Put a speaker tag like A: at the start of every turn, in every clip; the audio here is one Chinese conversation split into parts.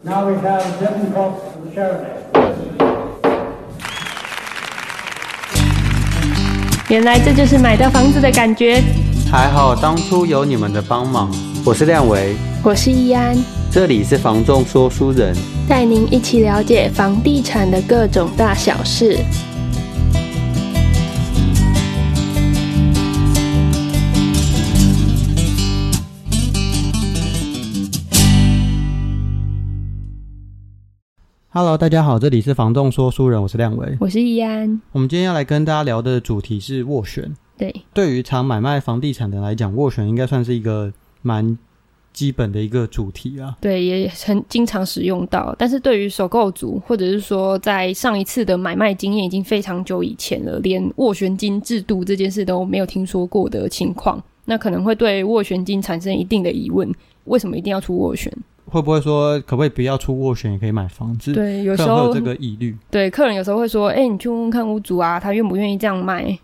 A: Now we have Devin Cox from Sheridan.
B: 原来这就是买到房子的感觉。
C: 还好当初有你们的帮忙。我是亮维，
B: 我是易安，
C: 这里是房仲说书人。
B: 带您一起了解房地产的各种大小事。
C: Hello，大家好，这里是房仲说书人，我是亮维。
B: 我是易安，
C: 我们今天要来跟大家聊的主题是斡旋。
B: 对，
C: 对于常买卖房地产的人来讲，斡旋应该算是一个蛮基本的一个主题啊。
B: 对，也很经常使用到。但是对于首购族，或者是说在上一次的买卖经验已经非常久以前了，连斡旋金制度这件事都没有听说过的情况，那可能会对斡旋金产生一定的疑问：为什么一定要出斡旋？
C: 会不会说可不可以不要出斡旋也可以买房子？，
B: 对，有时
C: 会有
B: 候
C: 这个疑虑。
B: 对客人有时候会说：“哎、你去问问看屋主啊，他愿不愿意这样卖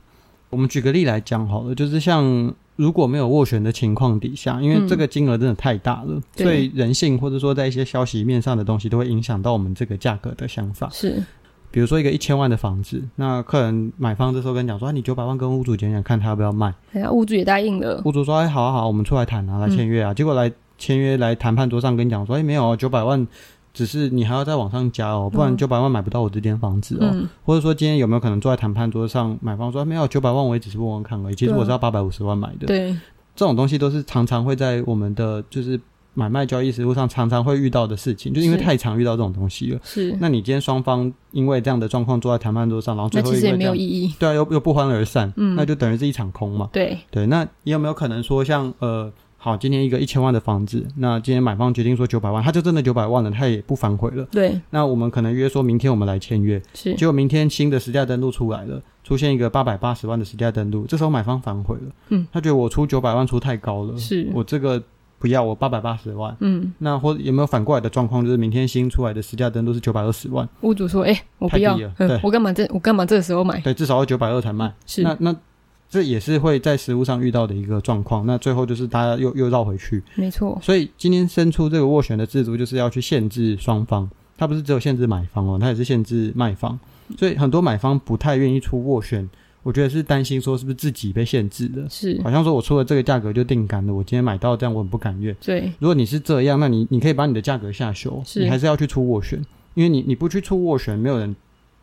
C: 我们举个例来讲好了，就是像如果没有斡旋的情况底下，因为这个金额真的太大了，
B: 嗯对
C: 所以人性或者说在一些消息面上的东西都会影响到我们这个价格的想？”法。
B: 是，
C: 比如说一个一千万的房子，那客人买方的时候跟你讲说，啊、你九百万跟屋主讲讲看他要不要卖，
B: 哎呀，屋主也答应了。
C: 屋主说，哎，好啊好啊，我们出来谈啊，来签约
B: 嗯
C: 啊，结果来签约来谈判桌上跟你讲说，哎，没有九百万。只是你还要再往上加哦，不然
B: 嗯
C: 九百万买不到我这间房子哦。
B: 嗯，
C: 或者说今天有没有可能坐在谈判桌上，买方说没有九百万，我也只是问问看而已。其实
B: 对啊
C: 我是要八百五十万买的。
B: 对，
C: 这种东西都是常常会在我们的就是买卖交易实务上常常会遇到的事情，就是因为
B: 是
C: 太常遇到这种东西了。
B: 是，
C: 那你今天双方因为这样的状况坐在谈判桌上，然后
B: 那
C: 最后
B: 其
C: 因
B: 实也
C: 为
B: 没
C: 这
B: 有
C: 样
B: 意义。
C: 对啊，又又不欢而散，
B: 嗯
C: 那就等于是一场空嘛。
B: 对，
C: 对，那也有没有可能说像呃，好，今天一个一千万的房子，那今天买方决定说九百万，他就真的九百万了，他也不反悔了。
B: 对，
C: 那我们可能约说明天我们来签约，
B: 是，
C: 结果明天新的实价登录出来了，出现一个八百八十万的实价登录，这时候买方反悔了，
B: 嗯，
C: 他觉得我出九百万出太高了，
B: 是
C: 我这个不要，我八百八十万。
B: 嗯，
C: 那或有没有反过来的状况，就是明天新出来的实价登录是九百二十万，
B: 屋主说：“哎、我不
C: 太低
B: 要
C: 了，对
B: 嗯、我干嘛这我干嘛这个时候买
C: 对，至少要九百二才卖。？”
B: 是，
C: 那那这也是会在实物上遇到的一个状况。那最后就是大家又又绕回去，
B: 没错，
C: 所以今天伸出这个斡旋的制度，就是要去限制双方，它不是只有限制买方哦，它也是限制卖方。所以很多买方不太愿意出斡旋，我觉得是担心说是不是自己被限制了，
B: 是，
C: 好像说我出了这个价格就定杆了，我今天买到这样我很不甘愿。
B: 对，
C: 如果你是这样，那你你可以把你的价格下修，
B: 是
C: 你还是要去出斡旋，因为你你不去出斡旋，没有人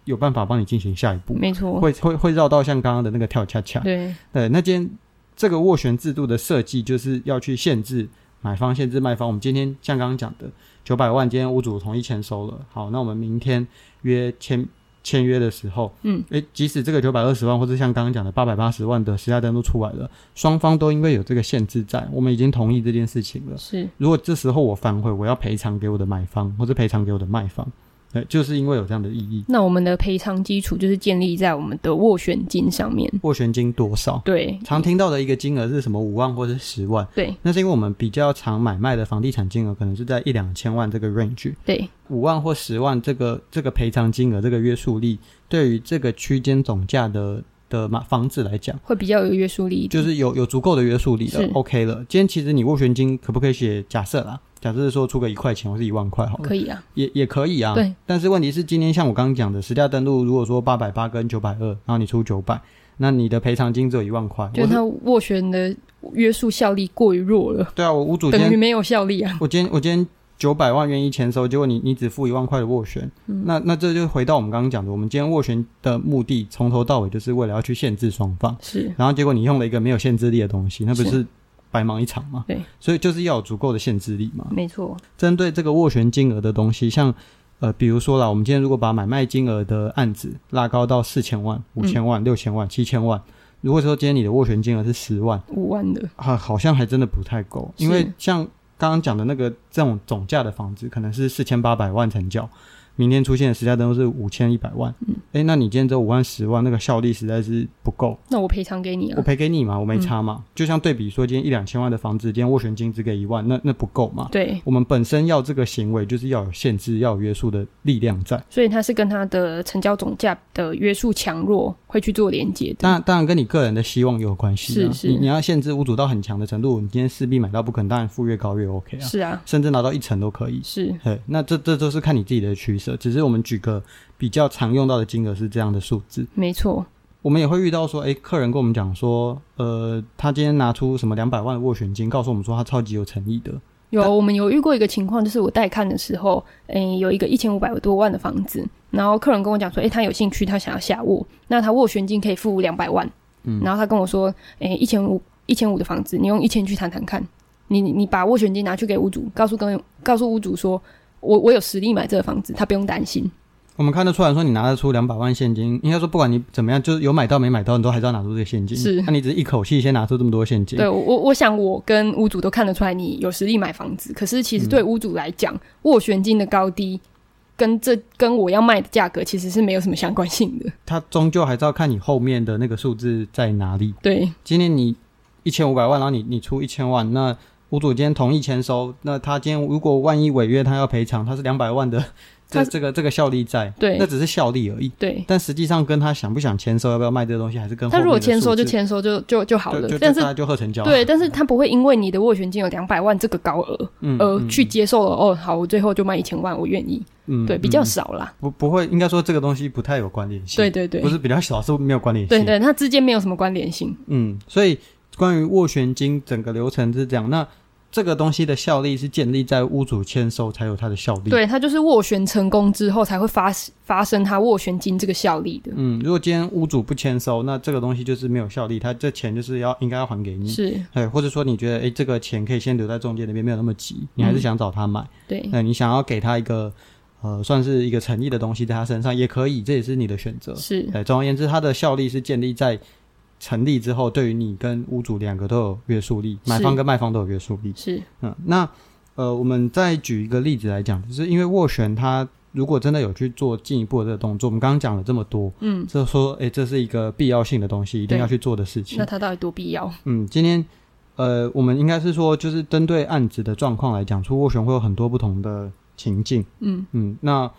C: 有办法帮你进行下一步，
B: 没错，
C: 会啊会会绕到像刚刚的那个跳恰恰。
B: 对，
C: 对，呃那今天这个斡旋制度的设计就是要去限制买方、限制卖方。我们今天像刚刚讲的，九百万，今天屋主同意签收了，好，那我们明天约签签约的时候，
B: 嗯，
C: 诶，即使这个九百二十万或者像刚刚讲的八百八十万的实价登录出来了，双方都因为有这个限制在，我们已经同意这件事情了。
B: 是，
C: 如果这时候我反悔，我要赔偿给我的买方，或者赔偿给我的卖方，对，就是因为有这样的意义。
B: 那我们的赔偿基础就是建立在我们的斡旋金上面。
C: 斡旋金多少？
B: 对，
C: 常听到的一个金额是什么五万或者十万，
B: 对，
C: 那是因为我们比较常买卖的房地产金额可能是在一两千万这个 range，
B: 对，
C: 五万或十万这个这个赔偿金额这个约束力，对于这个区间总价的的买房子来讲，
B: 会比较有约束力一点。
C: 就是有有足够的约束力
B: 是
C: 了，OK 了。今天其实你斡旋金可不可以写假设啦？假设说出个一块钱或是一万块好了，
B: 可以啊，
C: 也也可以啊。
B: 对。
C: 但是问题是，今天像我刚刚讲的，实价登录如果说八百八跟九百二，然后你出九百，那你的赔偿金只有一万块，
B: 就
C: 我
B: 是
C: 是
B: 它斡旋的约束效力过于弱了，
C: 对啊，我屋主今
B: 等
C: 天
B: 于没有效力啊。
C: 我今天我今天九百万愿意签收，结果你你只付一万块的斡旋，那那这就回到我们刚刚讲的，我们今天斡旋的目的从头到尾就是为了要去限制双方，
B: 是，
C: 然后结果你用了一个没有限制力的东西，那不
B: 是
C: 是白忙一场吗？
B: 对，
C: 所以就是要有足够的限制力嘛。
B: 没错，
C: 针对这个斡旋金额的东西，像呃，比如说啦，我们今天如果把买卖金额的案子拉高到四千万、五千万、六千万、七千万，如果说今天你的斡旋金额是十万，
B: 五万的，
C: 好，好像还真的不太够，
B: 是
C: 因为像刚刚讲的那个这种总价的房子，可能是四千八百万成交，明天出现的实价登录是五千一百万，嗯，哎，那你今天只有五万十万，那个效力实在是不够，
B: 那我赔偿给你
C: 我
B: 啊。
C: 赔给你嘛，我没差嘛。就像对比说，今天一两千万的房子，今天斡旋金只给一万，那那不够嘛。
B: 对，
C: 我们本身要这个行为，就是要有限制，要有约束的力量在。
B: 所以它是跟它的成交总价的约束强弱会去做连接
C: 当
B: 的。
C: 然，当然跟你个人的希望有关系、啊。
B: 是是
C: 你你要限制屋主到很强的程度，你今天势必买到不可能，当然付越高越 OK 啊，
B: 是啊，
C: 甚至拿到一成都可以。
B: 是
C: 对，那这这都是看你自己的取舍。只是我们举个比较常用到的金额是这样的数字，
B: 没错，
C: 我们也会遇到说，诶，客人跟我们讲说，呃，他今天拿出什么两百万的斡旋金，告诉我们说他超级有诚意的，
B: 有我们有遇过一个情况，就是我带看的时候，诶、有一个一千五百多万的房子，然后客人跟我讲说，诶、他有兴趣，他想要下握，那他斡旋金可以付两百万，
C: 嗯
B: 然后他跟我说，诶、一千五一千五的房子，你用一千去谈谈看，你你你把斡旋金拿去给屋主，告诉跟告诉屋主说，我我有实力买这个房子，他不用担心，
C: 我们看得出来说，你拿得出两百万现金，应该说不管你怎么样，就是有买到没买到，你都还是要拿出这个现金。
B: 是
C: 那、你只是一口气先拿出这么多现金，
B: 对我，我我想我跟屋主都看得出来，你有实力买房子。可是其实对
C: 嗯
B: 屋主来讲，斡旋金的高低跟这跟我要卖的价格其实是没有什么相关性的。
C: 他终究还是要看你后面的那个数字在哪里。
B: 对，
C: 今天你一千五百万，然后你你出一千万，那屋主今天同意签收，那他今天如果万一违约，他要赔偿，他是两百万的 这
B: 他是
C: 这个这个效力在，
B: 对
C: 那只是效力而已。
B: 对。
C: 但实际上跟他想不想签收，要不要卖这个东西，还是跟
B: 他如果
C: 后面的
B: 签收
C: 数
B: 就
C: 字
B: 签收就就就好
C: 就
B: 了
C: 就，
B: 但
C: 就大
B: 是
C: 家就合成交啊，
B: 对，但是他不会因为你的斡旋金有两百万这个高额
C: 嗯，
B: 而
C: 嗯
B: 去接受了。哦，好，我最后就卖一千万，我愿意。
C: 嗯
B: 对，比较
C: 嗯
B: 少啦。
C: 不不会，应该说这个东西不太有关联性。
B: 对对对
C: 不，是比较少，是没有关联性。
B: 对，对，它之间没有什么关联性。
C: 嗯，所以关于斡旋金整个流程是这样。那这个东西的效力是建立在屋主签收才有它的效力。，
B: 对，它就是斡旋成功之后才会发发生它斡旋金这个效力的。
C: 嗯，如果今天屋主不签收，那这个东西就是没有效力，他这钱就是要应该要还给你。
B: 是，
C: 对，或者说你觉得，哎，这个钱可以先留在中介那边，没有那么急，你还是想找他买，
B: 对，
C: 那、你想要给他一个，呃，算是一个诚意的东西在他身上也可以，这也是你的选择。
B: 是。
C: 对，总而言之，它的效力是建立在成立之后，对于你跟屋主两个都有约束力，买
B: 是
C: 方跟卖方都有约束力。
B: 是
C: 嗯，那呃，我们再举一个例子来讲，就是因为斡旋它如果真的有去做进一步的这个动作，我们刚刚讲了这么多，
B: 嗯，
C: 就说诶，这是一个必要性的东西，一定
B: 对
C: 要去做的事情
B: 那。它到底多必要？
C: 嗯，今天呃，我们应该是说，就是针对案子的状况来讲，出斡旋会有很多不同的情境。
B: 嗯
C: 嗯，那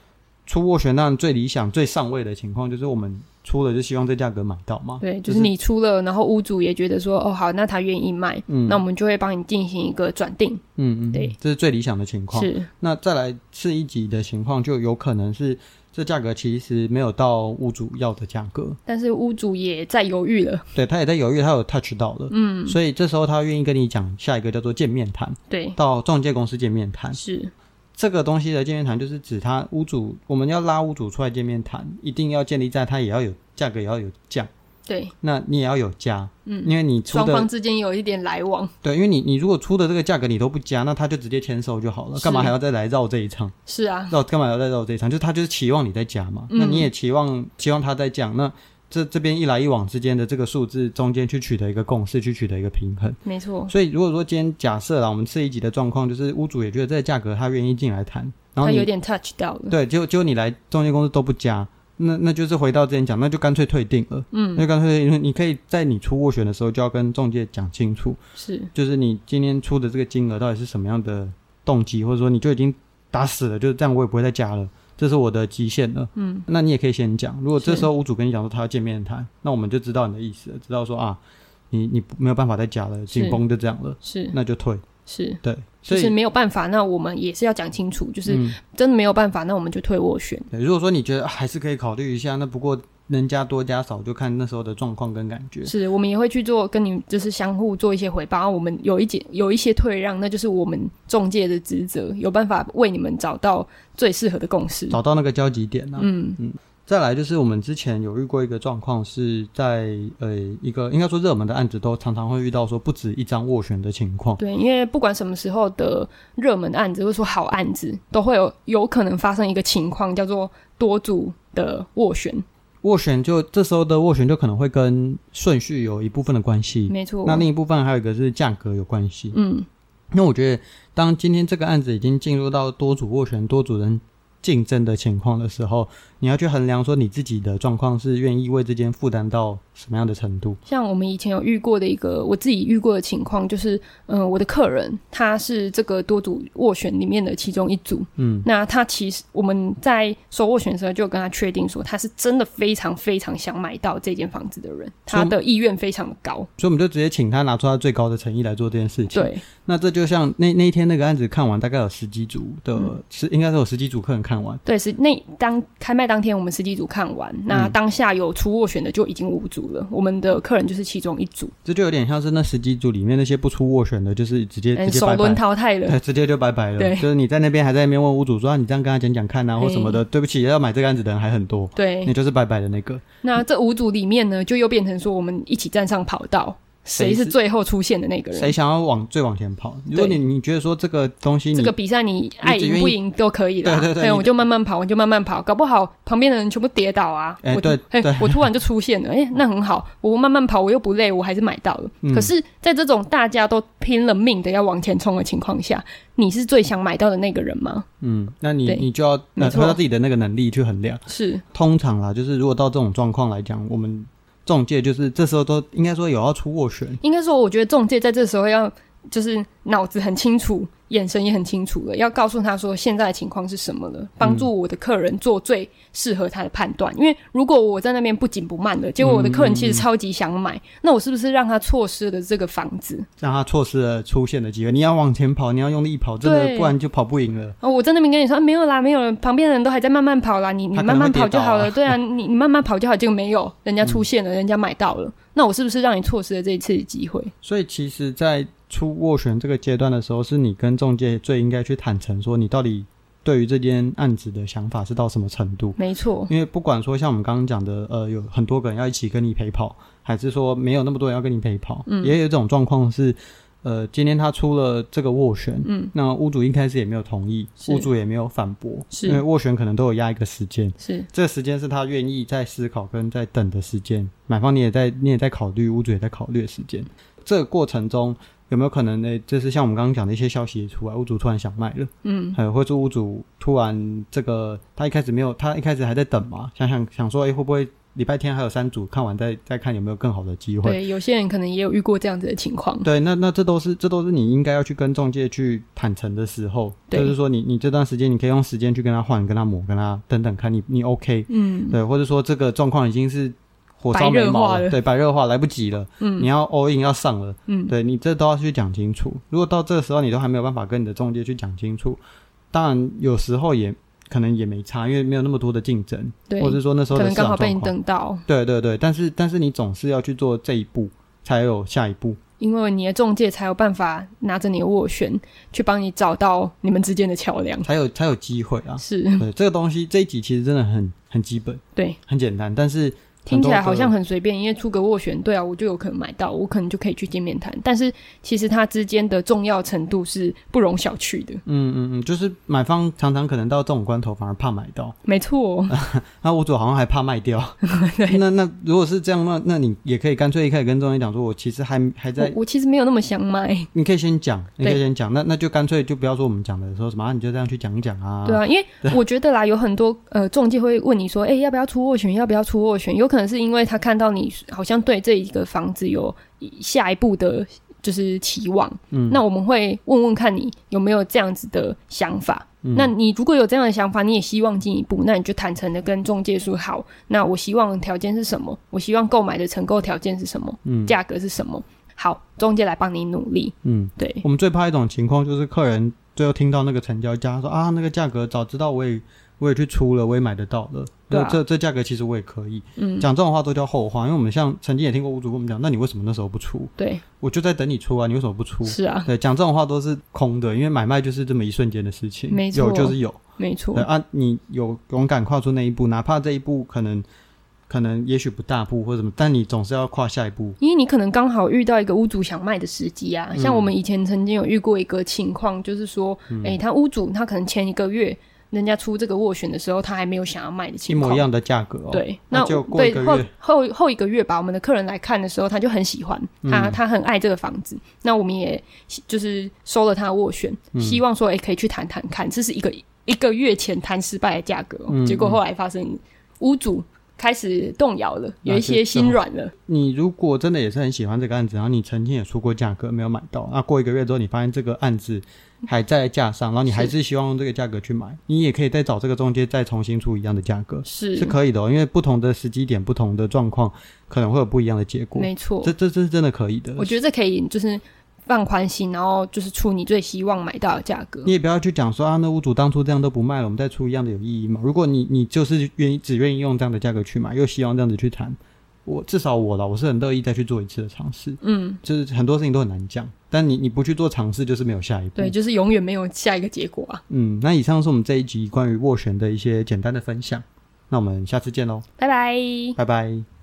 C: 出斡旋当然最理想、最上位的情况就是我们出了就希望这价格买到嘛。
B: 对，
C: 就
B: 就是是你出了，然后屋主也觉得说，哦，好，那他愿意卖，
C: 嗯，
B: 那我们就会帮你进行一个转定。
C: 嗯嗯，
B: 对
C: 这是最理想的情况。
B: 是，
C: 那再来次一级的情况，就有可能是这价格其实没有到屋主要的价格，
B: 但是屋主也在犹豫了。
C: 对他也在犹豫，他有 touch 到了，
B: 嗯，
C: 所以这时候他愿意跟你讲下一个叫做见面谈，
B: 对，
C: 到中介公司见面谈。
B: 是
C: 这个东西的见面谈就是指他屋主，我们要拉屋主出来见面谈，一定要建立在他也要有价格也要有降，
B: 对，
C: 那你也要有加，
B: 嗯
C: 因为你出
B: 双方
C: 的
B: 之间有一点来往。
C: 对，因为你你如果出的这个价格你都不加，那他就直接签收就好了，
B: 是
C: 干嘛还要再来绕这一趟？
B: 是啊，
C: 绕干嘛要再绕这一趟？就是他就是期望你在加嘛，
B: 嗯
C: 那你也期望期望他在降，那这这边一来一往之间的这个数字中间去取得一个共识，去取得一个平衡。
B: 没错，
C: 所以如果说今天假设啦，我们这一集的状况就是屋主也觉得这个价格他愿意进来谈，然后
B: 他
C: 你
B: 有点 touch 到了。
C: 对，结果结果你来中介公司都不加，那那就是回到之前讲，那就干脆退订了。
B: 嗯，
C: 那就干脆，因为你可以在你出斡旋的时候就要跟中介讲清楚，
B: 是
C: 就是你今天出的这个金额到底是什么样的动机，或者说你就已经打死了，就是这样，我也不会再加了，这是我的极限了。
B: 嗯，
C: 那你也可以先讲，如果这
B: 是
C: 时候屋主跟你讲说他要见面谈，那我们就知道你的意思了，知道说啊，你你没有办法再加了，紧绷就这样了，
B: 是
C: 那就退。
B: 是，
C: 对，所
B: 就是
C: 以。
B: 没有办法，那我们也是要讲清楚，就是
C: 嗯
B: 真的没有办法，那我们就退斡旋。
C: 对，如果说你觉得啊还是可以考虑一下，那不过能加多加少就看那时候的状况跟感觉。
B: 是我们也会去做跟你就是相互做一些回报，然后我们有一些有一些退让，那就是我们中介的职责，有办法为你们找到最适合的共识。
C: 找到那个交集点呢、
B: 嗯，
C: 再来就是我们之前有遇过一个状况，是在呃一个应该说热门的案子都常常会遇到说不止一张斡旋的情况。
B: 对，因为不管什么时候的热门案子或者说好案子，都会有嗯有可能发生一个情况叫做多组的斡旋。
C: 斡旋就这时候的斡旋就可能会跟顺序有一部分的关系，
B: 没错，
C: 那另一部分还有一个是价格有关系。
B: 嗯
C: 那我觉得，当今天这个案子已经进入到多组斡旋、多组人竞争的情况的时候，你要去衡量说你自己的状况是愿意为这件负担到什么样的程度。
B: 像我们以前有遇过的一个我自己遇过的情况，就是，嗯、我的客人他是这个多组斡旋里面的其中一组，
C: 嗯，
B: 那他其实我们在收斡旋的时候就有跟他确定说，他是真的非常非常想买到这间房子的人，
C: 所以
B: 他
C: 我们
B: 的意愿非常的高，
C: 所以我们就直接请他拿出他最高的诚意来做这件事情。，
B: 对，
C: 那这就像那那一天那个案子看完，大概有十几组的，是应该是有十几组客人看完。
B: 对，是那当开卖当天，我们十几组看完，那当下有出斡旋的就已经五组了，我们的客人就是其中一组，
C: 这就有点像是那十几组里面那些不出斡旋的，就是直接直
B: 嗯，
C: 接
B: 首
C: 拜
B: 轮
C: 拜，
B: 淘汰了
C: 对，，直接就拜拜了。
B: 对
C: 就是你在那边还在那边问屋主说、啊、你这样跟他讲讲看啊，或什
B: 哎
C: 么的，对不起，要买这个案子的人还很多，
B: 对
C: 你，就是拜拜的那个。
B: 那这五组里面呢，就又变成说我们一起站上跑道，谁
C: 谁
B: 是
C: 是
B: 最后出现的那个
C: 谁
B: 人？
C: 想要往最往前跑？如果你你觉得说这个东西你
B: 这个比赛你爱
C: 只愿
B: 赢
C: 意
B: 不赢都可以啦，
C: 对对对你
B: 我就慢慢跑，我就慢慢跑，搞不好旁边的人全部跌倒啊，我
C: 哎
B: 就
C: 对
B: 嘿
C: 对
B: 我突然就出现了，哎、那很好，我慢慢跑，我又不累，我还是买到了。
C: 嗯
B: 可是，在这种大家都拼了命的要往前冲的情况下，你是最想买到的那个人吗？
C: 嗯，那你
B: 对
C: 你就要
B: 没
C: 呃
B: 错
C: 回到自己的那个能力去衡量。
B: 是
C: 通常啦，就是如果到这种状况来讲，我们中介就是这时候都应该说有要出斡旋，
B: 应该说，我觉得中介在这时候要就是脑子很清楚，眼神也很清楚了，要告诉他说现在的情况是什么了，帮助我的客人做最适合他的判断。因为如果我在那边不紧不慢的，结果我的客人其实超级想
C: 嗯
B: 买，那我是不是让他错失了这个房子？
C: 让他错失了出现的机会。你要往前跑，你要用力跑，真的
B: 对
C: 不然就跑不赢了。
B: 哦，我在那边跟你说、啊没有啦，没有了，旁边的人都还在慢慢跑啦，你你
C: 他可
B: 慢
C: 能
B: 慢
C: 会跌
B: 跑就好
C: 倒啊
B: 了。对啊，你你慢慢跑就好，结果没有，人家出现了，人家买到了，那我是不是让你错失了这一次的机会？
C: 所以其实，在出斡旋这个阶段的时候，是你跟中介最应该去坦诚说你到底对于这件案子的想法是到什么程度。
B: 没错，
C: 因为不管说像我们刚刚讲的，呃，有很多个人要一起跟你陪跑，还是说没有那么多人要跟你陪跑，
B: 嗯
C: 也有一种状况是，呃，今天他出了这个斡旋，
B: 嗯，
C: 那屋主一开始也没有同意，
B: 是
C: 屋主也没有反驳，
B: 是
C: 因为斡旋可能都有压一个时间，
B: 是
C: 这个时间是他愿意在思考跟在等的时间，买方你也在你也在考虑，屋主也在考虑的时间。这个过程中有没有可能呢？就是像我们刚刚讲的一些消息出来，屋主突然想卖了，
B: 嗯，
C: 呃，或者是屋主突然这个他一开始没有，他一开始还在等嘛，想想想说，诶，会不会礼拜天还有三组，看完再再看有没有更好的机会？
B: 对，有些人可能也有遇过这样子的情况。
C: 对，那那这都是这都是你应该要去跟中介去坦诚的时候，
B: 对
C: 就是说你你这段时间你可以用时间去跟他换、跟他磨、跟他等等看你你 OK，
B: 嗯，
C: 对，或者说这个状况已经是火烧
B: 白
C: 眉毛
B: 热化了
C: 对，白热化来不及了，
B: 嗯
C: 你要 all in 要上了，
B: 嗯，
C: 对你这都要去讲清楚。如果到这时候你都还没有办法跟你的中介去讲清楚，当然有时候也可能也没差，因为没有那么多的竞争，
B: 对，
C: 或者说那时候
B: 可
C: 的
B: 能
C: 市
B: 刚
C: 场
B: 好被
C: 状
B: 你
C: 况，
B: 等到，
C: 对对对，但是但是你总是要去做这一步，才有下一步。
B: 因为你的中介才有办法拿着你的斡旋去帮你找到你们之间的桥梁。
C: 才有才有机会啊。
B: 是
C: 对，这个东西这一集其实真的很很基本，
B: 对，
C: 很简单，但是
B: 听起来好像
C: 很
B: 很随便，因为出个斡旋，对啊，我就有可能买到，我可能就可以去见面谈。但是其实它之间的重要程度是不容小觑的，
C: 多个嗯嗯嗯，就是买方常常可能到这种关头反而怕买到，
B: 没错，
C: 啊那屋主好像还怕卖掉。 那那如果是这样，那那你也可以干脆一开始跟中介讲说，我其实还还
B: 我
C: 在，
B: 我其实没有那么想买，
C: 你可以先讲，你可以
B: 对
C: 先讲，那那就干脆就不要说我们讲的说什么，啊你就这样去讲一讲啊。
B: 对啊，因为我觉得啦，有很多呃中介会问你说，哎、要不要出斡旋？要不要出斡旋？有可能是因为他看到你好像对这一个房子有下一步的，就是期望。
C: 嗯，
B: 那我们会问问看你有没有这样子的想法。
C: 嗯
B: 那你如果有这样的想法，你也希望进一步，那你就坦诚的跟中介说，好，那我希望条件是什么？我希望购买的成购条件是什么？
C: 嗯
B: 价格是什么？好，中介来帮你努力。
C: 嗯，
B: 对，
C: 我们最怕一种情况就是客人最后听到那个成交价，他说啊那个价格早知道我也我也去出了，我也买得到了，
B: 对啊
C: 那这这价格其实我也可以。
B: 嗯，
C: 讲这种话都叫后话，因为我们像曾经也听过屋主跟我们讲，那你为什么那时候不出？
B: 对，
C: 我就在等你出啊，你为什么不出？
B: 是啊，
C: 对，讲这种话都是空的，因为买卖就是这么一瞬间的事情，
B: 没错
C: 有就是有，
B: 没错
C: 对。啊，你有勇敢跨出那一步，哪怕这一步可能可能也许不大步或者什么，但你总是要跨下一步。
B: 因为你可能刚好遇到一个屋主想卖的时机啊，
C: 嗯
B: 像我们以前曾经有遇过一个情况，就是说，哎、他屋主他可能前一个月人家出这个斡旋的时候，他还没有想要卖的
C: 一
B: 情况，
C: 模一样的价格哦，，
B: 对，
C: 那
B: 那
C: 就
B: 我
C: 过一
B: 对
C: 个
B: 后
C: 月
B: 后后一个月吧，我们的客人来看的时候，他就很喜欢，他、
C: 嗯
B: 他很爱这个房子。
C: 嗯
B: 那我们也就是收了他的斡旋，希望说，哎、可以去谈谈看，这是一个一个月前谈失败的价格哦、
C: 嗯
B: 结果后来发生屋主开始动摇了，有一
C: 那
B: 些
C: 就
B: 心软了。
C: 你如果真的也是很喜欢这个案子，然后你曾经也出过价格没有买到，那过一个月之后你发现这个案子还在架上，然后你还是希望用这个价格去买，你也可以再找这个中介再重新出一样的价格，
B: 是
C: 是可以的、哦，因为不同的时机点、不同的状况可能会有不一样的结果。
B: 没错
C: 这，这这是真的可以的。
B: 我觉得这可以就是放宽心，然后就是出你最希望买到的价格
C: 你。也不要去讲说啊，那屋主当初这样都不卖了，我们再出一样的有意义吗？如果你你就是愿意只愿意用这样的价格去买，又希望这样子去谈，我至少我啦，我是很乐意再去做一次的尝试。
B: 嗯，
C: 就是很多事情都很难讲，但你你不去做尝试，就是没有下一步。
B: 对，就是永远没有下一个结果啊！
C: 嗯，那以上是我们这一集关于斡旋的一些简单的分享，那我们下次见喽，
B: 拜拜。
C: 拜拜。